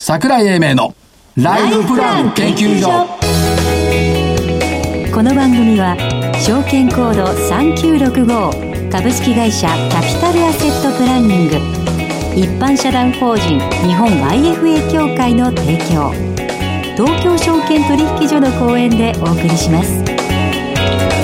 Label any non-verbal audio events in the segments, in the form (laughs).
桜井英明のライフプラン研究所この番組は証券コード3965株式会社キャピタルアセットプランニング一般社団法人日本 IFA 協会の提供東京証券取引所の講演でお送りします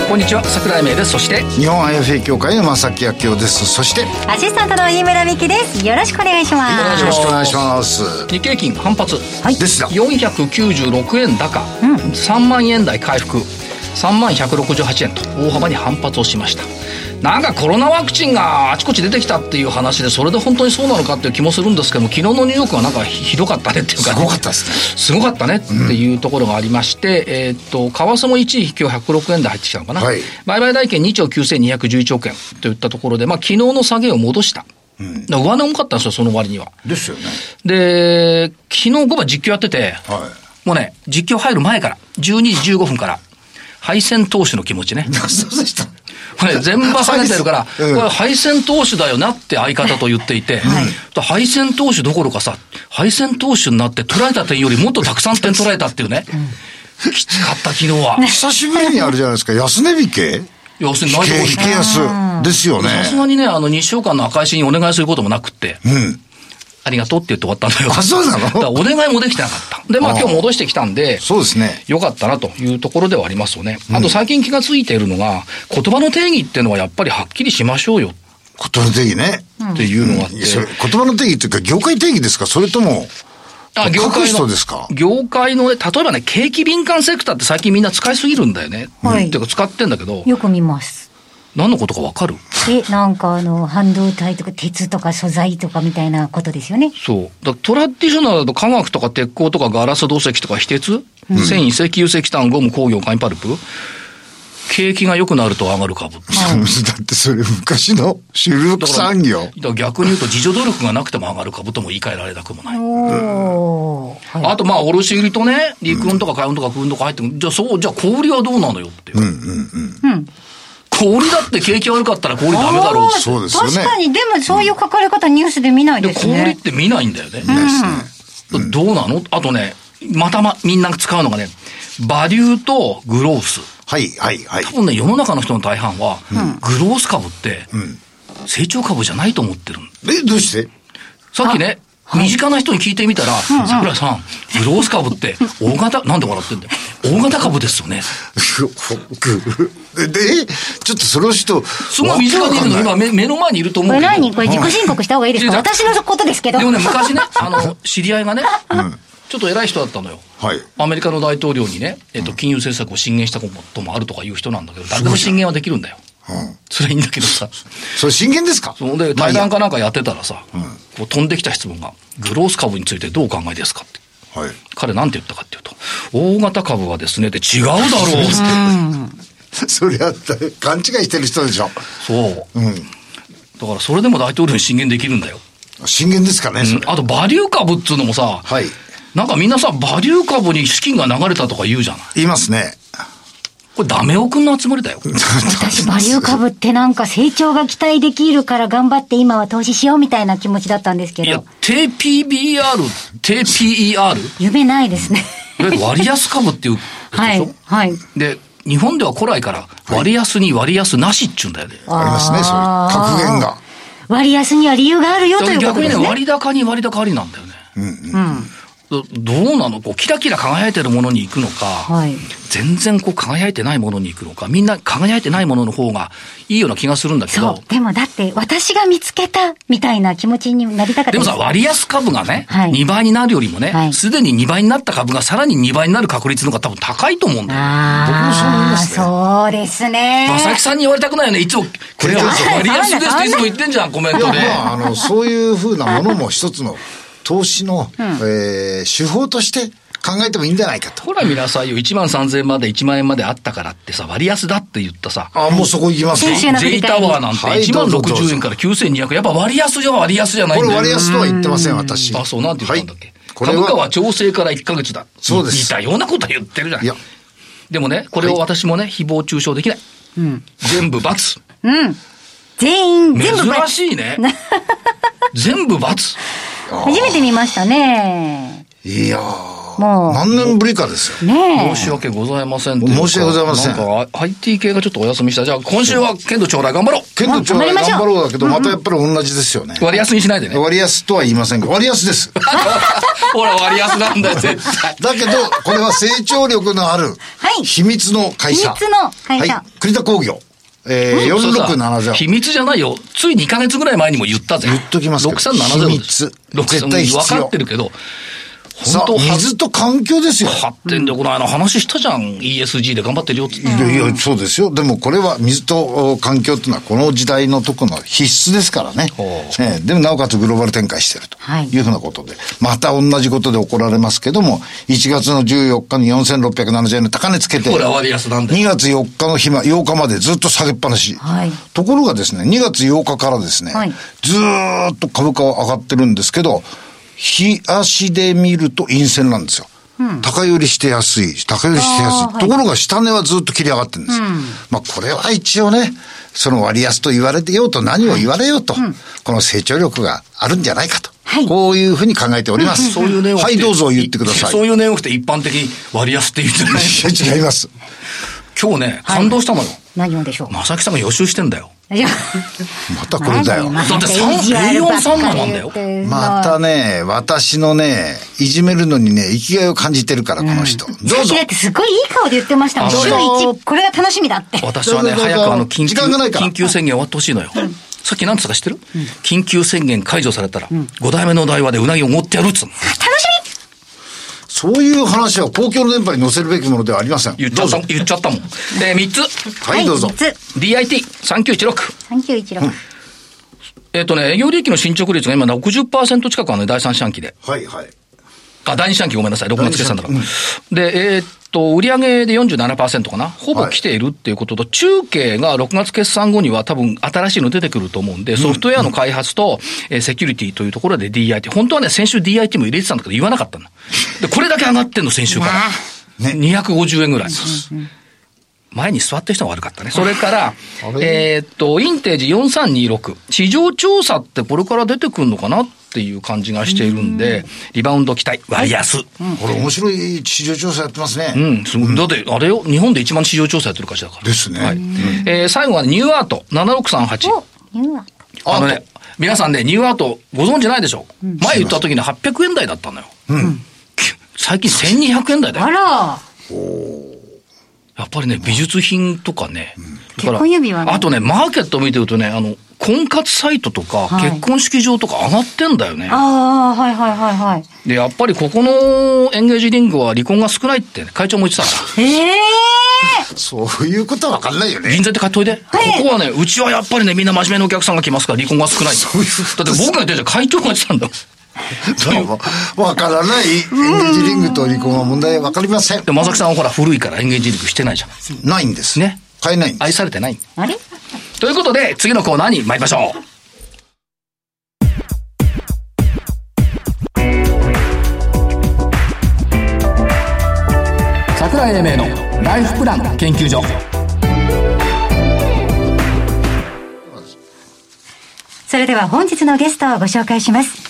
こんにちは桜井英明ですそして日本 IFA 協会の正木明夫ですそしてよアシスタントの飯村美希ですよろしくお願いしまよすろしくお願いします日経金反発はいですが496円高、3万円台回復3万168円と大幅に反発をしましたなんかコロナワクチンがあちこち出てきたっていう話でそれで本当にそうなのかっていう気もするんですけども昨日のニューヨークはなんかひどかったねっていうかすごかったですねすごかったねっていうところがありまして、えーっと、為替も一時今日106円で入ってきたのかな。はい売買代金2兆9211億円といったところで、まあ昨日の下げを戻した。だから上値重かったんですよ、その割には。ですよねで、昨日午後実況やってて、はもうね、実況入る前から、12時15分から、敗戦投手の気持 (laughs) ちね。いそうでしたこれ全場下げてるから、こうんれ敗戦投手だよなって相方と言っていて、敗戦投手どころかさ、敗戦投手になって捉えた点よりもっとたくさん点捉えたっていうね。きつかった昨日は。久しぶりにあるじゃないですか安値引け要するに引ないとけこ引け安ですよねさすがにね、あの、2週間の赤石にお願いすることもなくって、うんありがとうって言って終わったんだよ。あそうなのだからお願いもできてなかった。で、まあああ今日戻してきたんで、そうですね良かったなというところではありますよね。あと最近気がついているのが、言葉の定義っていうのはやっぱりはっきりしましょうよ言葉の定義ね、っていうのがあって。それ言葉の定義というか業界定義ですかそれともあ、業書く界の人。ですか業界のね、例えばね、景気敏感セクターって最近みんな使いすぎるんだよね。はいっていうか使ってんだけど、よく見ます。何のことかわかるえ、なんかあの、半導体とか鉄とか素材とかみたいなことですよね。そう。だからトラディショナルだと化学とか鉄鋼とかガラス銅石とか非鉄、繊維、石油、石炭、ゴム、工業、紙パルプ。景気が良くなると上がる株。だだってそれ昔の主力 (laughs) 産業から逆に言うと自助努力がなくても上がる株とも言い換えられなくもない。おー。はいあと、まあ、卸売りとね、陸運とか海運とか空運とか入ってくる。じゃあ、そう、じゃあ、小売りはどうなのよって。うんうんうん。小売りだって景気悪かったら小売りダメだろうし。そうですよね確かに、でもそういう書かれ方ニュースで見ないで、です小売りっね。て見ないんだよね。どうなのあとね、またま、みんな使うのがね、バリューとグロース。はいはいはい多分ね、世の中の人の大半は、グロース株って、成長株じゃないと思ってるのえどうして (laughs) さっきね、身近な人に聞いてみたら、桜井さん、グロース株って、大型、なんで笑ってんだよ。大型株ですよね。で、でちょっとその人、すごい身近にいるの、今目目の前にいると思こうけれど。何これ自己申告した方がいいですかうん私のことですけど。でもね、昔ね、あ (laughs) の、知り合いがね、ちょっと偉い人だったのよ。はいアメリカの大統領にね、えっと、金融政策を進言したこともあるとかいう人なんだけど、誰でも進言はできるんだよ。うんそれいいんだけどさ。それ真剣ですか (laughs) そので、対談かなんかやってたらさ、こう飛んできた質問が、グロース株についてどうお考えですかって。はい。 (laughs) 彼なんて言ったかっていうと、大型株はですね、で違うだろうそれは勘違いしてる人でしょ。そう。うん。だからそれでも大統領に進言できるんだよ。真剣ですかね、それ。あと、バリュー株っつうのもさ、はい。なんかみんなさ、バリュー株に資金が流れたとか言うじゃない。言いますね。これダメオ君の集まりだよ。私、バリュー株ってなんか成長が期待できるから頑張って今は投資しようみたいな気持ちだったんですけいやど、、低 PBR、低 PER、夢ないですね。いわゆる割安株っていうやつ (laughs) はでしょ、い、はい。で、日本では古来から割安に割安なしっちゅうんだよね。ありますね、そういう格言が。割安には理由があるよとだからいうこ逆とにでね、すね。割高に割高ありなんだよね。どどうなのこう、キラキラ輝いてるものに行くのか、はい。全然こう輝いてないものに行くのか、みんな輝いてないものの方がいいような気がするんだけそどう。、でもだって、私が見つけた、みたいな気持ちになりたかったでもすさ、割安株がね、はい2倍になるよりもはね、いす、で、に2倍になった株がさらに2倍になる確率の方が多分高いと思うんだよね。ああ、そうですね。まさきさんに言われたくないよね。いつも、これは割安ですっていつも言ってんじゃん、コメン (laughs) いや、トで。まあ、あの、そういうふうなものも一つの投資の、えー手法として考えてもいいんじゃないかと。ほら見なさいよ。1万3000円まで1万円まであったからってさ、割安だって言ったさ。あ、もうそこ行きます先週ね。の振 J りタ返りワーなんてはい1万どうぞどうぞ60円から9200円。やっぱ割安じゃ割安じゃないこんだよれね。割安とは言ってません、私。あ、そう、なんて言ったんだっけ。これ株価はは、調整から1ヶ月だ。そうです似たようなこと言ってるじゃないいや、でもね、これを私もね、誹謗中傷できない。全部罰。うん。全員、全部バ珍ツ (laughs) しいね。全部罰。初めて見ましたね。いやー、もう何年ぶりかですよ。ねえ申。し訳ございませんというか申し訳ございませんなんか IT 系がちょっとお休みしたじゃあ今週は剣道将来頑張ろう剣道長頑張り頑ましょう張ろうだけど、またやっぱり同じですよね。割安にしないでね割安とは言いませんが、割安です。ほら割安なんだよ絶 (laughs) 対だけど、これは成長力のあるはい秘密の会社。秘密の会社はい、栗田工業。えー、そうさ4670。秘密じゃないよ。つい2ヶ月ぐらい前にも言ったぜ。言っときますけど6370。秘密6370絶対必要分かってるけど、さ本あ当、水と環境ですよ。発展力のあの話したじゃん。ESG で頑張ってるよって。いやいや、そうですよ。でもこれは水とお環境っていうのはこの時代のとこの必須ですからねほ。ええでもなおかつグローバル展開してるとはいいうふうなことで、また同じことで怒られますけども、1月の14日に4670円の高値つけて、ほら2割安なんだよ。月4日の日ま、8日までずっと下げっぱなし。はいところがですね、2月8日からですね、はいずーっと株価は上がってるんですけど、日足で見ると陰線なんですよ。高寄りして安い、高寄りして安い。あーはいところが下値はずっと切り上がってるんですよ。まあこれは一応ね、その割安と言われてようと何を言われようと、この成長力があるんじゃないかと。はいこういうふうに考えております。そういう値動きっはてい、どうぞ言ってください。そういう値動きって一般的に割安って言うんじゃないい (laughs) や違います。今日ね、感動したのよ。何をでしょう正木さんが予習してんだよ。いや、またこ (laughs) れだよ。まだってさん意地悪ばっかり言14-3なんだよってまたね、私のね、いじめるのにね、生きがいを感じてるから、この人。どうぞだ。ってすごいいい顔で言ってましたもん。あの週そう一、これが楽しみだって。私はね、だから早くあの、緊急、時間がないから緊急宣言終わってほしいのよ。さっき何つったか知ってる緊急宣言解除されたら、5代目のお台場でうなぎを持ってやるっつうの。そういう話は公共の電波に載せるべきものではありません。言っちゃったもん。言っちゃったもん。で、3つ。はい、どうぞ。 DIT3916。三九一六。えっ、とね、営業利益の進捗率が今60%近くあるね、第三四半期で。はい、はい。あ、第二四半期ごめんなさい、6月決算だから第。で、えっ、と、売上で47%かな。ほぼ来ているっていうことと、中継が6月決算後には多分新しいの出てくると思うんで、ソフトウェアの開発と、えーセキュリティというところで DIT。本当はね、先週 DIT も入れてたんだけど言わなかったんだ。で、これだけ上がってんの、先週から。ね、250円ぐらい。前に座ってる人が悪かったね。それから、えーっと、インテージ4326。市場調査ってこれから出てくるのかなっていう感じがしているんで、リバウンド期待、割安。これ面白い市場調査やってますね。うん、すごい。だって、あれよ、日本で一番市場調査やってる会社だから。ですねはいうんえー最後はニューアート7638。お、ニューアート。あのね、皆さんね、ニューアートご存知ないでしょ前言った時に800円台だったのよ。き最近1200円台だあよ。ら、やっぱりね、美術品とかね。だから結婚指輪ねあとね、マーケット見てるとね、あの、婚活サイトとか、はい結婚式場とか上がってんだよね。ああ、はいはいはいはい。で、やっぱりここのエンゲージリングは離婚が少ないってね、会長も言ってたから。ええそういうことはわかんないよね。人材って買っといて。ここはね、うちはやっぱりね、みんな真面目なお客さんが来ますから、離婚が少ない。だって僕が言ってるじゃん、会長が言ってたんだもん。 (laughs) わからない。エンゲージリングと離婚は問題わかりませんで、。まさきさんはほら、古いからエンゲージリングしてないじゃん。ないんです。ね。買えないんです。愛されてない。あれということで、次のコーナーに参りましょう。桜井英明のライフプラン研究所。それでは本日のゲストをご紹介します。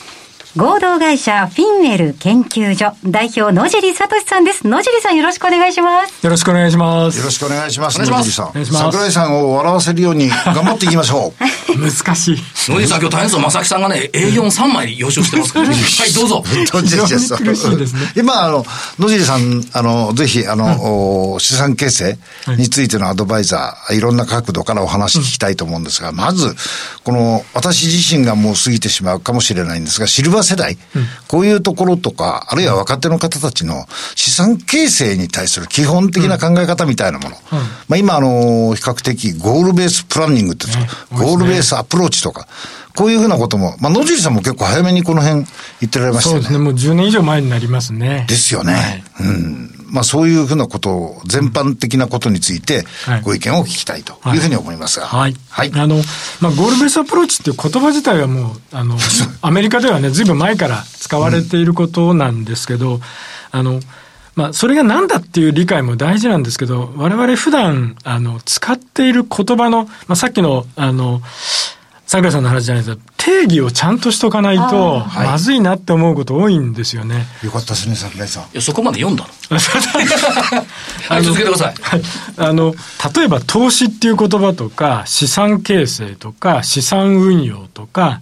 合同会社フィンウェル研究所代表野尻聡さんです。野尻さんよろしくお願いします。よろしくお願いします。よろしくお願いします。お願いします野尻さお願ん。いします桜井さんを笑わせるように頑張っていきましょ (laughs) う。難しい。野井さん、今日大変ですよ。正木さんがね、A43 枚予習してますから。はい、どうぞ。どっちです非常に苦しいですね今、あの、野尻さん、あの、ぜひ、あの、お資産形成についてのアドバイザー、いろんな角度からお話聞きたいと思うんですが、まず、この、私自身がもう過ぎてしまうかもしれないんですが、シルバー世代、こういうところとか、あるいは若手の方たちの資産形成に対する基本的な考え方みたいなもの。まあ今、あの、比較的、ゴールベースプランニングって言うんですか、ねゴールベースアプローチとか、こういうふうなことも、まあ、野尻さんも結構早めにこの辺言ってられましたそようでねす。ね。もう10年以上前になりますね。ですよね。うん。まあそういうふうなことを、全般的なことについてはい、ご意見を聞きたいというふうに思いますが。はい。はい。あの、まあ、ゴールベースアプローチっていう言葉自体はもう、あの、アメリカではね、ずいぶん前から使われていることなんですけど、あの、まあ、それが何だっていう理解も大事なんですけど、我々普段、あの、使っている言葉の、まあ、さっきの、あの、桜井さんの話じゃないですけど、定義をちゃんとしとかないと、いまずいなって思うこと多いんですよね。よかったですね、桜井さん。いやそこまで読んだの (laughs) はい続けてくださいはい、あの例えば投資っていう言葉とか資産形成とか資産運用とか、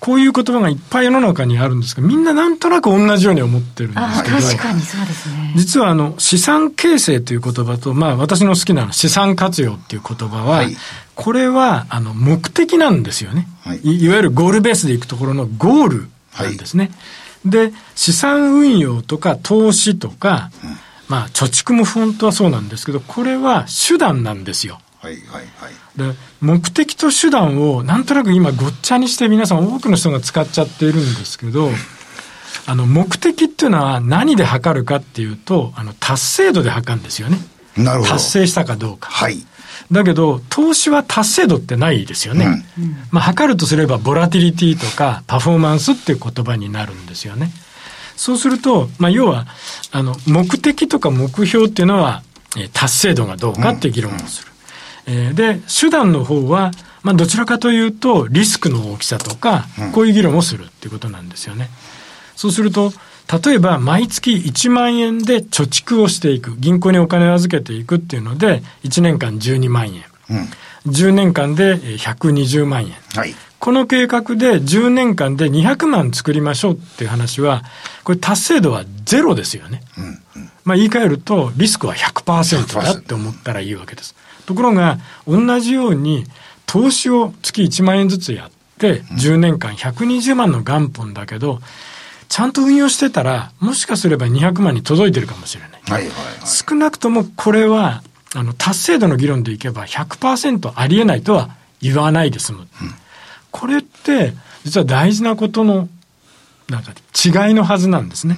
こういう言葉がいっぱい世の中にあるんですがみんななんとなく同じように思ってるんであすあけど確かにそうですね実はあの資産形成という言葉と、まあ、私の好きな資産活用っていう言葉は、はいこれはあの目的なんですよね、はいい。いわゆるゴールベースでいくところのゴールなんですね。で資産運用とか投資とか、まあ、貯蓄も本当はそうなんですけどこれは手段なんですよ。はい、はい、はい。で目的と手段をなんとなく今ごっちゃにして皆さん多くの人が使っちゃっているんですけどあの目的っていうのは何で測るかっていうとあの達成度で測るんですよねなるほど。達成したかどうか、はい。だけど投資は達成度ってないですよね、まあ、測るとすればボラティリティとかパフォーマンスっていう言葉になるんですよねそうすると、まあ、要はあの目的とか目標っていうのはえー達成度がどうかっていう議論をする、えーで手段の方は、まあ、どちらかというとリスクの大きさとかこういう議論をするっていうことなんですよね、そうすると、例えば毎月1万円で貯蓄をしていく、銀行にお金を預けていくっていうので、1年間12万円、うん。 10年間でえー120万円。はい。この計画で10年間で200万作りましょうっていう話は、これ達成度はゼロですよね。まあ言い換えると、リスクは100%だって思ったらいいわけです。ところが、同じように、投資を月1万円ずつやって、10年間120万の元本だけど、ちゃんと運用してたら、もしかすれば200万に届いてるかもしれない。はい、はい、はい。少なくともこれは、あの、達成度の議論でいけば100%ありえないとは言わないで済む。これって、実は大事なことの、なんか違いのはずなんですね。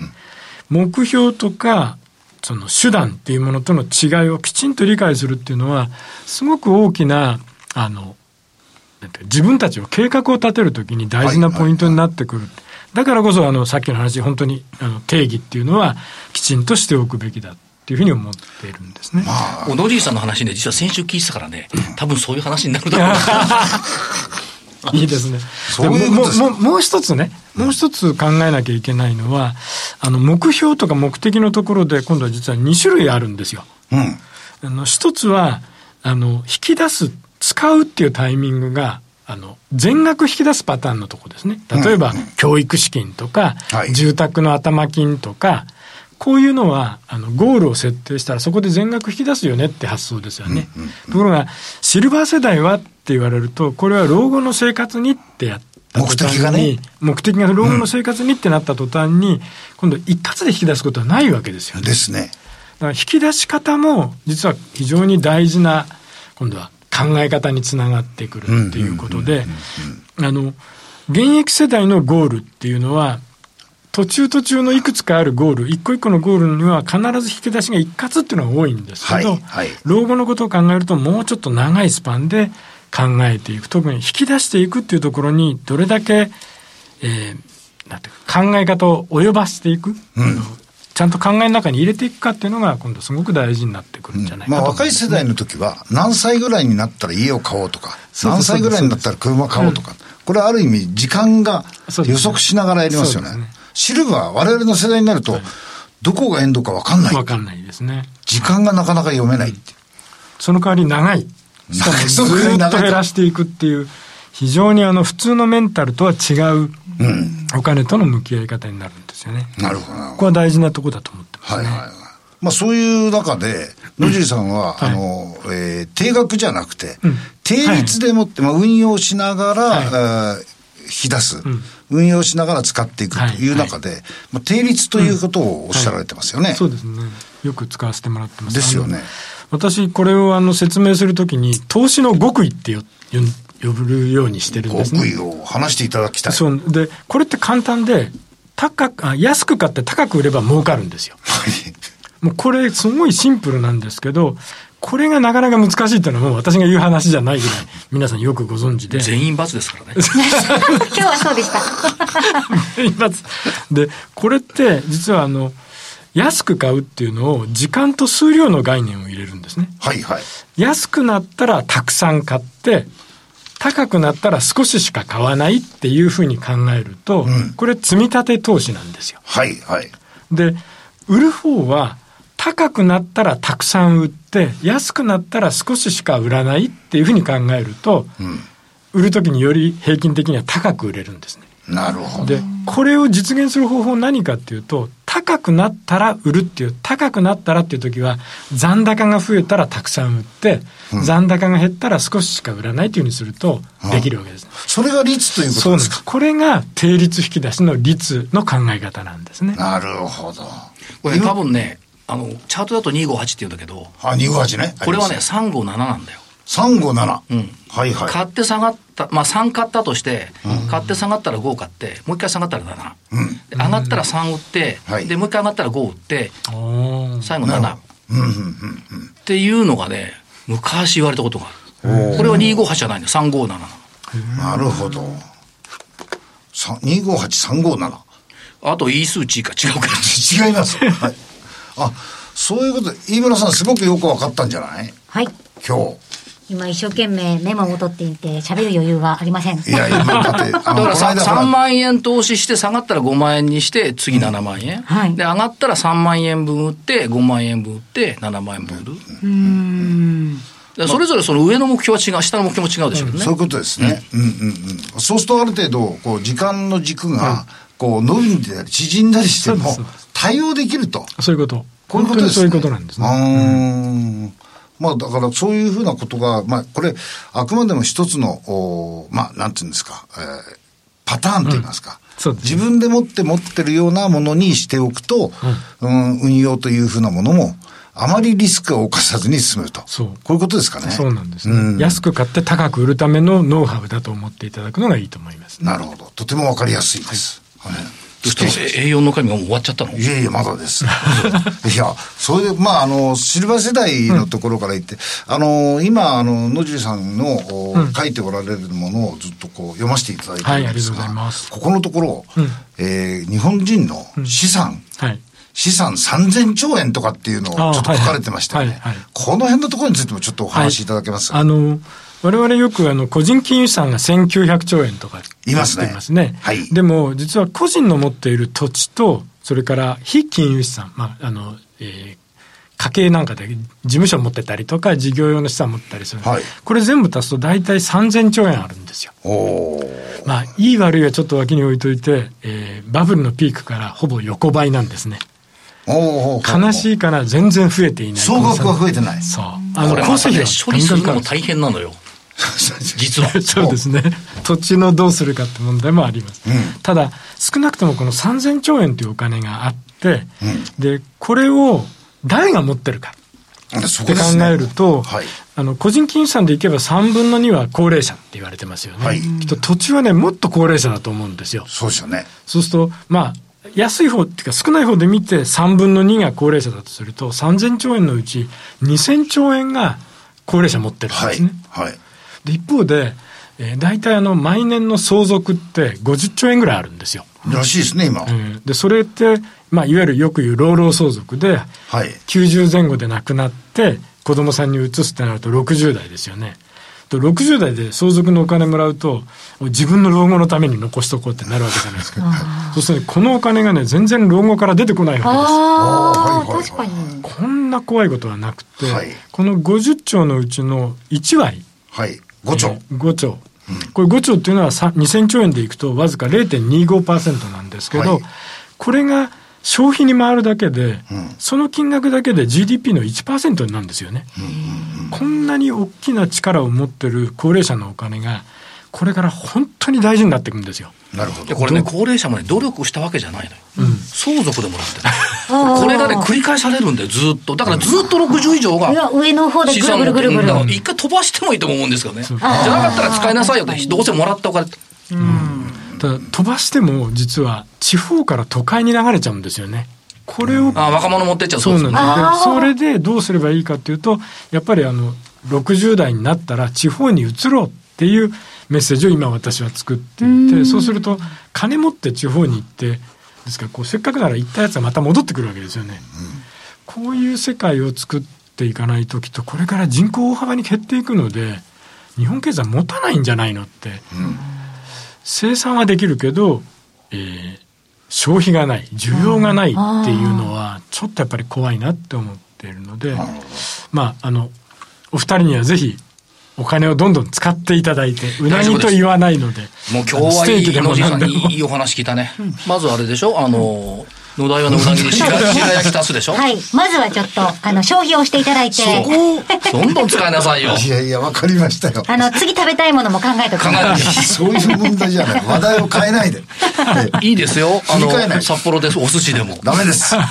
目標とか、その手段っていうものとの違いをきちんと理解するっていうのは、すごく大きな、あの、なんていうか自分たちの計画を立てるときに大事なポイントになってくる。だからこそ、あの、さっきの話、本当に、あの、定義っていうのは、きちんとしておくべきだっていうふうに思っているんですね。もう野尻さんの話ね実は先週聞いてたからね多分そういう話になるだろう (laughs) ないいですね。そういうことですももももう一つね、もう一つ考えなきゃいけないのは、あの、目標とか目的のところで、今度は実は2種類あるんですよ。うん。あの、一つは、あの、引き出す、使うっていうタイミングが、あの、全額引き出すパターンのとこですね。例えば、教育資金とか、はい住宅の頭金とか、こういうのは、あの、ゴールを設定したらそこで全額引き出すよねって発想ですよね。ところが、シルバー世代はって言われると、これは老後の生活にってやった途目端に的がね。目的が老後の生活にってなった途端に、今度一括で引き出すことはないわけですよね。ですね。だから引き出し方も実は非常に大事な今度は考え方につながってくるっていうことであの現役世代のゴールっていうのは途中途中のいくつかあるゴール一個一個のゴールには必ず引き出しが一括っていうのが多いんですけど、はいはい老後のことを考えるともうちょっと長いスパンで考えていく特に引き出していくっていうところにどれだけ、えーなんていうか考え方を及ばしていく、あのちゃんと考えの中に入れていくかっていうのが今度すごく大事になってくるんじゃないかまあと思います、若い世代の時は何歳ぐらいになったら家を買おうとかそうで何す歳ぐらいになったら車買おうとかこれはある意味時間がそうですね予測しながらやりますよねそうですねシルバー我々の世代になるとどこがエンドか分かんないわかんないですね時間がなかなか読めないってその代わり長いしかもずその代わりーっ長とい減らしていくっていう非常にあの普通のメンタルとは違うお金との向き合い方になるんですよね、なるほどなるこほこは大事なとこだと思ってますどはいね、はいはいまあそういう中で野尻さんはうんあのえー定額じゃなくてうん定率でもってまあ運用しながらえー引き出すん運用しながら使っていくという中でまあ定率ということをおっしゃられてますよねそうですねよく使わせてもらってますですよねあの私これをあの説明するときに投資の極意ってよよ呼ぶようにしてるんですね極意を話していただきたい。そうでこれって簡単で高くあ安く買って高く売れば儲かるんですよはいもうこれすごいシンプルなんですけど、これがなかなか難しいっていうのはもう私が言う話じゃないぐらい皆さんよくご存 (laughs) 知で。全員罰ですからね (laughs) (laughs) 今日はそうでしたいます (laughs) で、これって実はあの、安く買うっていうのを時間と数量の概念を入れるんですね。はいはい。安くなったらたくさん買って、高くなったら少ししか買わないっていうふうに考えると、うんこれ積み立て投資なんですよ。はい、はい。で、売る方は高くなったらたくさん売って、安くなったら少ししか売らないっていうふうに考えると、売るときにより平均的には高く売れるんですね。なるほど。で、これを実現する方法何かっていうと、高くなったら売るっていう、高くなったらっていう時は、残高が増えたらたくさん売って、残高が減ったら少ししか売らないというふうにすると、できるわけですね。それが率というこそうとなんでですすか。。これが定率引き出しの率の考え方なんですね。なるほど。これ多分ねあのチャートだと258って言うんだけどあ、258ね。これはねあります357なんだよ357。うんはいはい。買って下がった、まあ3買ったとして、買って下がったら5買って、もう一回下がったら7。うん。で上がったら3売って、はいで、もう一回上がったら5売って、おー最後7。っうん、うん、うん。ていうのがね、昔言われたことがあおーる。これは258じゃないの、357なの。なるほど。さ258-357。あと、イ数値が違うから。違 (laughs) います。はい。あ、そういうことで、飯村さんすごくよく分かったんじゃないはい。今今一生懸命メモを取っていて喋る余裕がありません。日。い (laughs) や、今だって、だあの、かこらのさ間ほら3万円投資して下がったら5万円にして次7万円、はいで上がったら3万円分売って5万円分売って7万円分売る、うーん。でそれぞれその上の目標は違う下の目標も違うでしょうね、そういうことですね。うんうんうん。そうするとある程度、こう、時間の軸が、こう、伸びたり、縮んだりしてもそうですそうで、対応できると。そういうこと。こういうこ本当とでにすそね。ういうことなんですね。ね。まあだからそういうふうなことが、まあこれ、あくまでも一つの、おーまあなんていうんですか、えーパターンと言いますか。そうですね自分で持って持ってるようなものにしておくと、うん運用というふうなものも、あまりリスクを犯さずに進むと。そうこういうことですかね。そうなんですね、うん安く買って高く売るためのノウハウだと思っていただくのがいいと思います。なるほど。とてもわかりやすいです。はい。どうしたの A4 の紙がもう終わっちゃったのいやいや、まだです。 (laughs) いや、それで、まあ、あの、シルバー世代のところから言って、あの、今、あの、野尻さんの、お書いておられるものをずっとこう、読ませていただいてはいるんですが、ありがとうございますここのところ、うんえー日本人の資産、はい。資産3000兆円とかっていうのをちょっとあーはい書かれてましたよね。はいはいこの辺のところについてもちょっとお話しいただけます、あの、我々よくあの、個人金融資産が1900兆円とかいますね言ってますね。はいでも、実は個人の持っている土地と、それから非金融資産、まあ、あの、えー家計なんかで事務所持ってたりとか、事業用の資産持ってたりするんで、はいこれ全部足すと大体3000兆円あるんですよ。おーまあ、いい悪いはちょっと脇に置いといて、えーバブルのピークからほぼ横ばいなんですね。おー悲しいから全然増えていない。総額は増えてない。 (laughs) そう。あこれまたねは処理するのガンガンもかか大変なのよ実は (laughs) そうですね。土地のどうするかって問題もあります。うんただ、少なくともこの3000兆円というお金があって、で、これを誰が持ってるかそっこてで考すねえると、はい。あの個人金融資産でいけば3分の2は高齢者って言われてますよね。はいきっと土地はね、もっと高齢者だと思うんですよ。そうですよね。そうすると、まあ、安い方っていうか少ない方で見て3分の2が高齢者だとすると3000兆円のうち2000兆円が高齢者持ってるんはでいすね、。はい。で一方で、えー、大体あの毎年の相続って50兆円ぐらいあるんですよ、らしいですね、今。うんでそれって、まあ、いわゆるよく言う老老相続ではい。 90前後で亡くなって子供さんに移すってなると60代ですよねと60代で相続のお金もらうと自分の老後のために残しとこうってなるわけじゃないですかそうするとねこのお金がね全然老後から出てこないわけですああーはあ、いはいはい確かに。こんな怖いことはなくて、はいこの50兆のうちの1割はい。5兆。えー5兆。これ5兆っていうのはさ2000兆円でいくとわずか0.25%なんですけど、はいこれが消費に回るだけで、うんその金額だけで GDP の1%になるんですよね、こんなに大きな力を持ってる高齢者のお金がこれから本当に大事になっていくんですよ、なるほでど。これね高齢者もね努力したわけじゃないのよ、相続でもらってるーこれがね繰り返されるんだよずーっとだからずーっと60以上うわが上の方で資ぐる産ぐるぐるぐる。だから一回飛ばしてもいいと思うんですけどねじゃうなかったら使いなさいよっあてーどうせもらったお金ってただ飛ばしても実は地方から都会に流れちゃうんですよねこれをあー若者持ってっちゃうそうなんねですあーでそれでどうすればいいかっていうと、やっぱりあの、60代になったら地方に移ろうっていうメッセージを今私は作っていて、そうすると、金持って地方に行って、ですからこう、せっかくなら行ったやつはまた戻ってくるわけですよね。こういう世界を作っていかないときっと、これから人口大幅に減っていくので、日本経済持たないんじゃないのって、生産はできるけど、えー消費がない需要がないっていうのはちょっとやっぱり怖いなって思っているので、まああのお二人にはぜひお金をどんどん使っていただいてうなぎと言わないのでもう今日あのスはいテーキい、で野も地さ何んでにもいいお話聞いたね。まずあれでしょあの、野台湾のうなぎで白白焼き足すでしょはい。まずはちょっと、あの、消費をしていただいて、そこをどんどん使いなさいよ。いやいや、わかり (laughs) ましたよ。 (laughs) あの、次食べたいものも考えと考く。えてそういう問題じゃない。話題を変え (laughs) ないで。ええいいですよ。あ切り替えなの、い札幌です。お寿司で (laughs) も。 (laughs) ダメです。 (laughs)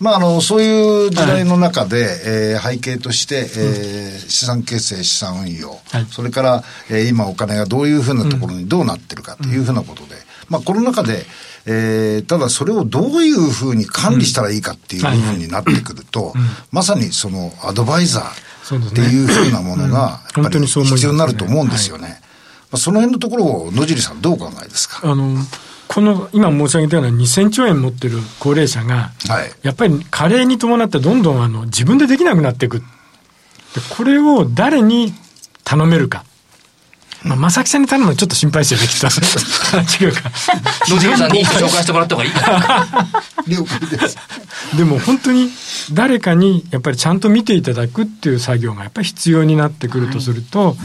まあ、あの、そういう時代の中で、えー背景として、えー資産形成、資産運用、はいそれから、えー今お金がどういうふうなところにどうなってるかというふうなことで、まあ、この中で、えーただそれをどういうふうに管理したらいいかっていうふうになってくると、まさにそのアドバイザそうーでっすてねいうふうなものが、うんやっぱ本当りにそう思いま必すね要になると思うんですよね。まあ、その辺のところを野尻さんどうお考えですかあのこの今申し上げたような2000兆円持ってる高齢者が、はいやっぱり加齢に伴ってどんどんあの自分でできなくなっていくでこれを誰に頼めるか、まあ、正木さんに頼むのはちょっと心配ですよね (laughs) きっと違うか野尻さんに紹介してもらった方がいい。 (laughs) 了解です。でも本当に誰かにやっぱりちゃんと見ていただくっていう作業がやっぱり必要になってくるとすると、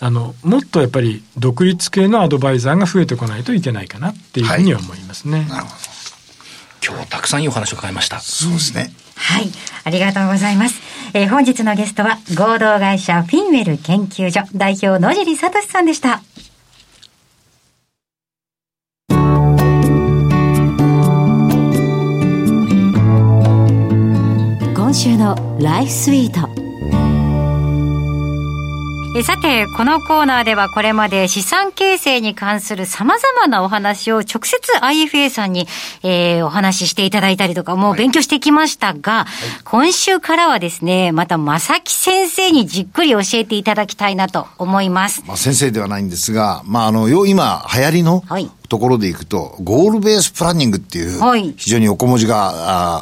あのもっとやっぱり独立系のアドバイザーが増えてこないといけないかなっていうふうには思いますね。 (laughs) なるほど。今日はたくさんいいお話を伺いました。そうですね。はい。ありがとうございます。えー本日のゲストは、合同会社フィンウェル研究所代表野尻聡さんでした。今週のライフスイートえさて、このコーナーではこれまで資産形成に関する様々なお話を直接 IFA さんに、えーお話ししていただいたりとか、もう勉強してきましたが、今週からはですね、また正木先生にじっくり教えていただきたいなと思います。まあ、先生ではないんですが、まあ、あの、よ今、流行りのはいところでいくと、ゴールベースプランニングっていう、はい非常に横文字が、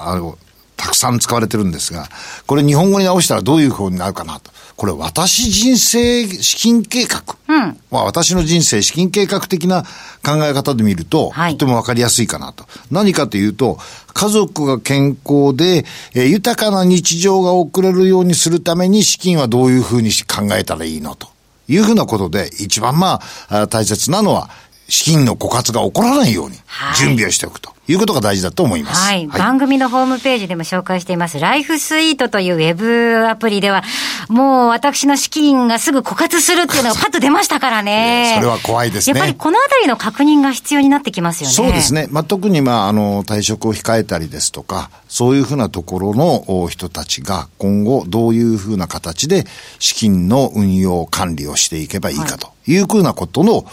あーあの、たくさん使われてるんですが、これ日本語に直したらどういう方になるかなと。これ、私人生資金計画。うんまあ、私の人生資金計画的な考え方で見ると、はいとてもわかりやすいかなと。何かというと、家族が健康で、えー豊かな日常が送れるようにするために資金はどういうふうにし考えたらいいのというふうなことで、一番まあ、あ大切なのは、資金の枯渇が起こらないようにはい準備をしておくということが大事だと思います。。はい。番組のホームページでも紹介しています、ライフスイートというウェブアプリでは、もう私の資金がすぐ枯渇するっていうのがパッと出ましたからねそれは怖いですねやっぱりこのあたりの確認が必要になってきますよね。そうですね。まあ、特に、まあ、あの、退職を控えたりですとか、そういうふうなところのお人たちが今後どういうふうな形で資金の運用管理をしていけばいいかというふうなことの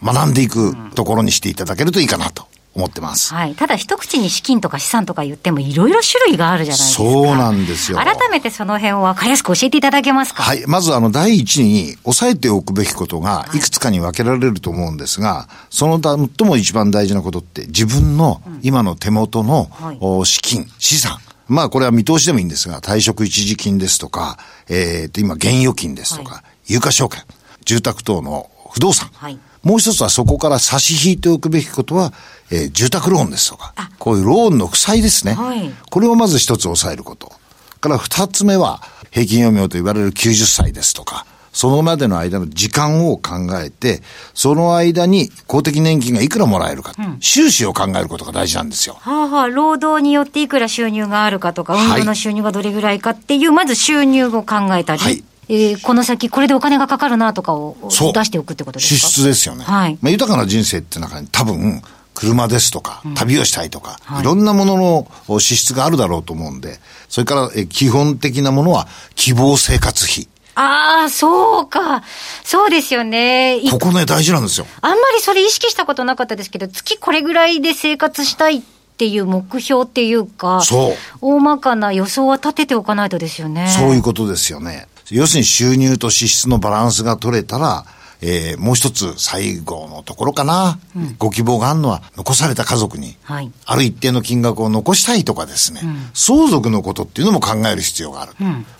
学んでいくところにしていただけるといいかなと思ってます。はい。ただ一口に資金とか資産とか言ってもいろいろ種類があるじゃないですか。そうなんですよ改めてその辺を分かりやすく教えていただけますかはい。まず、あの、第一に、押さえておくべきことが、いくつかに分けられると思うんですが、その他最も一番大事なことって、自分の今の手元のはいお資金、資産。まあ、これは見通しでもいいんですが、退職一時金ですとか、えーと、今、現預金ですとか、は有価証券、住宅等の不動産。はいもう一つはそこから差し引いておくべきことは、えー住宅ローンですとかあ、こういうローンの負債ですね。はいこれをまず一つ抑えること。から二つ目は、平均余命と言われる90歳ですとか、そのまでの間の時間を考えて、その間に公的年金がいくらもらえるか、収支を考えることが大事なんですよ。はあはあ、労働によっていくら収入があるかとか、はい運動の収入がどれぐらいかっていう、まず収入を考えたり、はいえーこの先これでお金がかかるなとかをそう出しておくってことですか支出ですよね。はいまあ、豊かな人生って中に多分、車ですとか、旅をしたいとか、はいい、ろんなもののお支出があるだろうと思うんで、それからえ基本的なものは希望生活費。ああ、そうか。そうですよね。いここね、大事なんですよ。あんまりそれ意識したことなかったですけど、月これぐらいで生活したいっていう目標っていうか、そう大まかな予想は立てておかないとですよね。そういうことですよね。要するに収入と支出のバランスが取れたら、えーもう一つ最後のところかな、ご希望があるのは残された家族に、はいある一定の金額を残したいとかですね、相続のことっていうのも考える必要がある。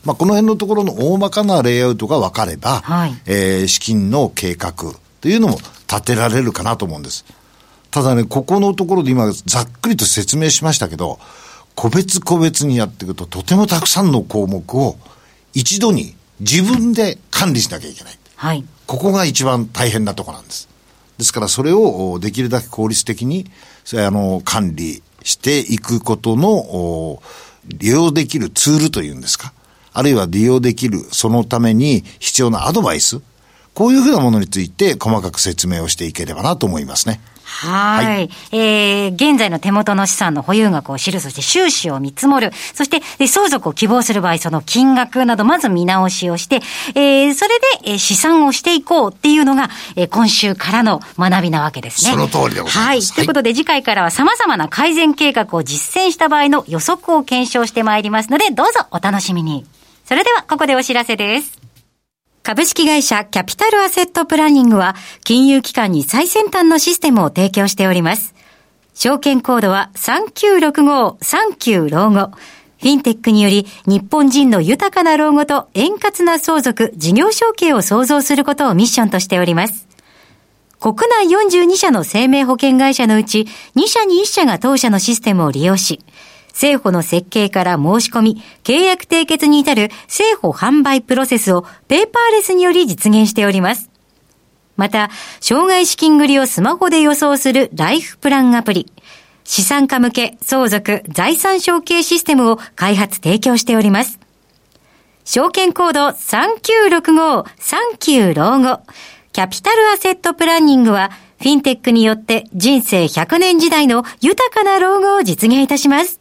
まあ、この辺のところの大まかなレイアウトが分かれば、はいえー資金の計画というのも立てられるかなと思うんです。ただね、ここのところで今、ざっくりと説明しましたけど、個別個別にやっていくと、とてもたくさんの項目を一度に自分で管理しなきゃいけない。はい。ここが一番大変なところなんです。ですからそれをおできるだけ効率的にそれあの管理していくことのお利用できるツールというんですか。あるいは利用できるそのために必要なアドバイス。こういうふうなものについて細かく説明をしていければなと思いますね。はいはえー、現在の手元の資産の保有額を知る、そして収支を見積もる、そして、えー相続を希望する場合、その金額など、まず見直しをして、えー、それで、えー、試算をしていこうっていうのが、えー、今週からの学びなわけですね。その通りでございますは。はいいということで、次回からは様々な改善計画を実践した場合の予測を検証してまいりますので、どうぞお楽しみに。それでは、ここでお知らせです。株式会社キャピタルアセットプランニングは金融機関に最先端のシステムを提供しております。証券コードは3965-39老後。フィンテックにより日本人の豊かな老後と円滑な相続、事業承継を創造することをミッションとしております。国内42社の生命保険会社のうち2社に1社が当社のシステムを利用し、政府の設計から申し込み、契約締結に至る政府販売プロセスをペーパーレスにより実現しております。また、障害資金繰りをスマホで予想するライフプランアプリ、資産家向け相続財産承継システムを開発提供しております。証券コード3965-39老後。キャピタルアセットプランニングは、フィンテックによって人生100年時代の豊かな老後を実現いたします。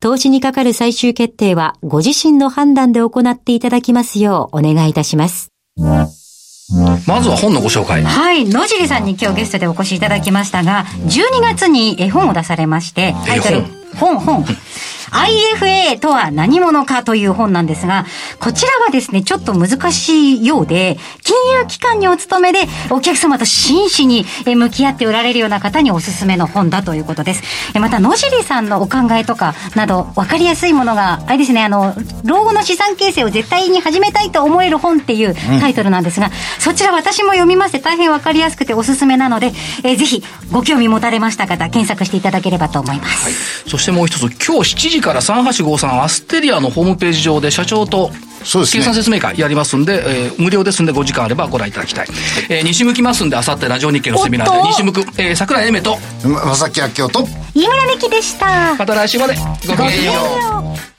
投資にかかる最終決定は、ご自身の判断で行っていただきますようお願いいたします。まずは本のご紹介。はい。野尻さんに今日ゲストでお越しいただきましたが、12月に絵本を出されまして、タイトル、本、本。IFA とは何者かという本なんですが、こちらはですね、ちょっと難しいようで、金融機関にお勤めでお客様と真摯にえー向き合っておられるような方におすすめの本だということです。えーまた、野尻さんのお考えとかなど、わかりやすいものが、あれですね、あの、老後の資産形成を絶対に始めたいと思える本っていうタイトルなんですが、そちら私も読みまして大変わかりやすくておすすめなので、えーぜひご興味持たれました方、検索していただければと思います。そしてもう一つ、今日7時から3853アステリアのホームページ上で社長と、そうですね計算説明会やりますんで、えー無料ですんで5時間あればご覧いただきたい。えー西向きますんで、あさってラジオ日経のセミナーおで、っと西向く、えー桜井英明と、まさきあきおと。飯村美樹でした。また来週まで、ごきげんよう。ごきげんよう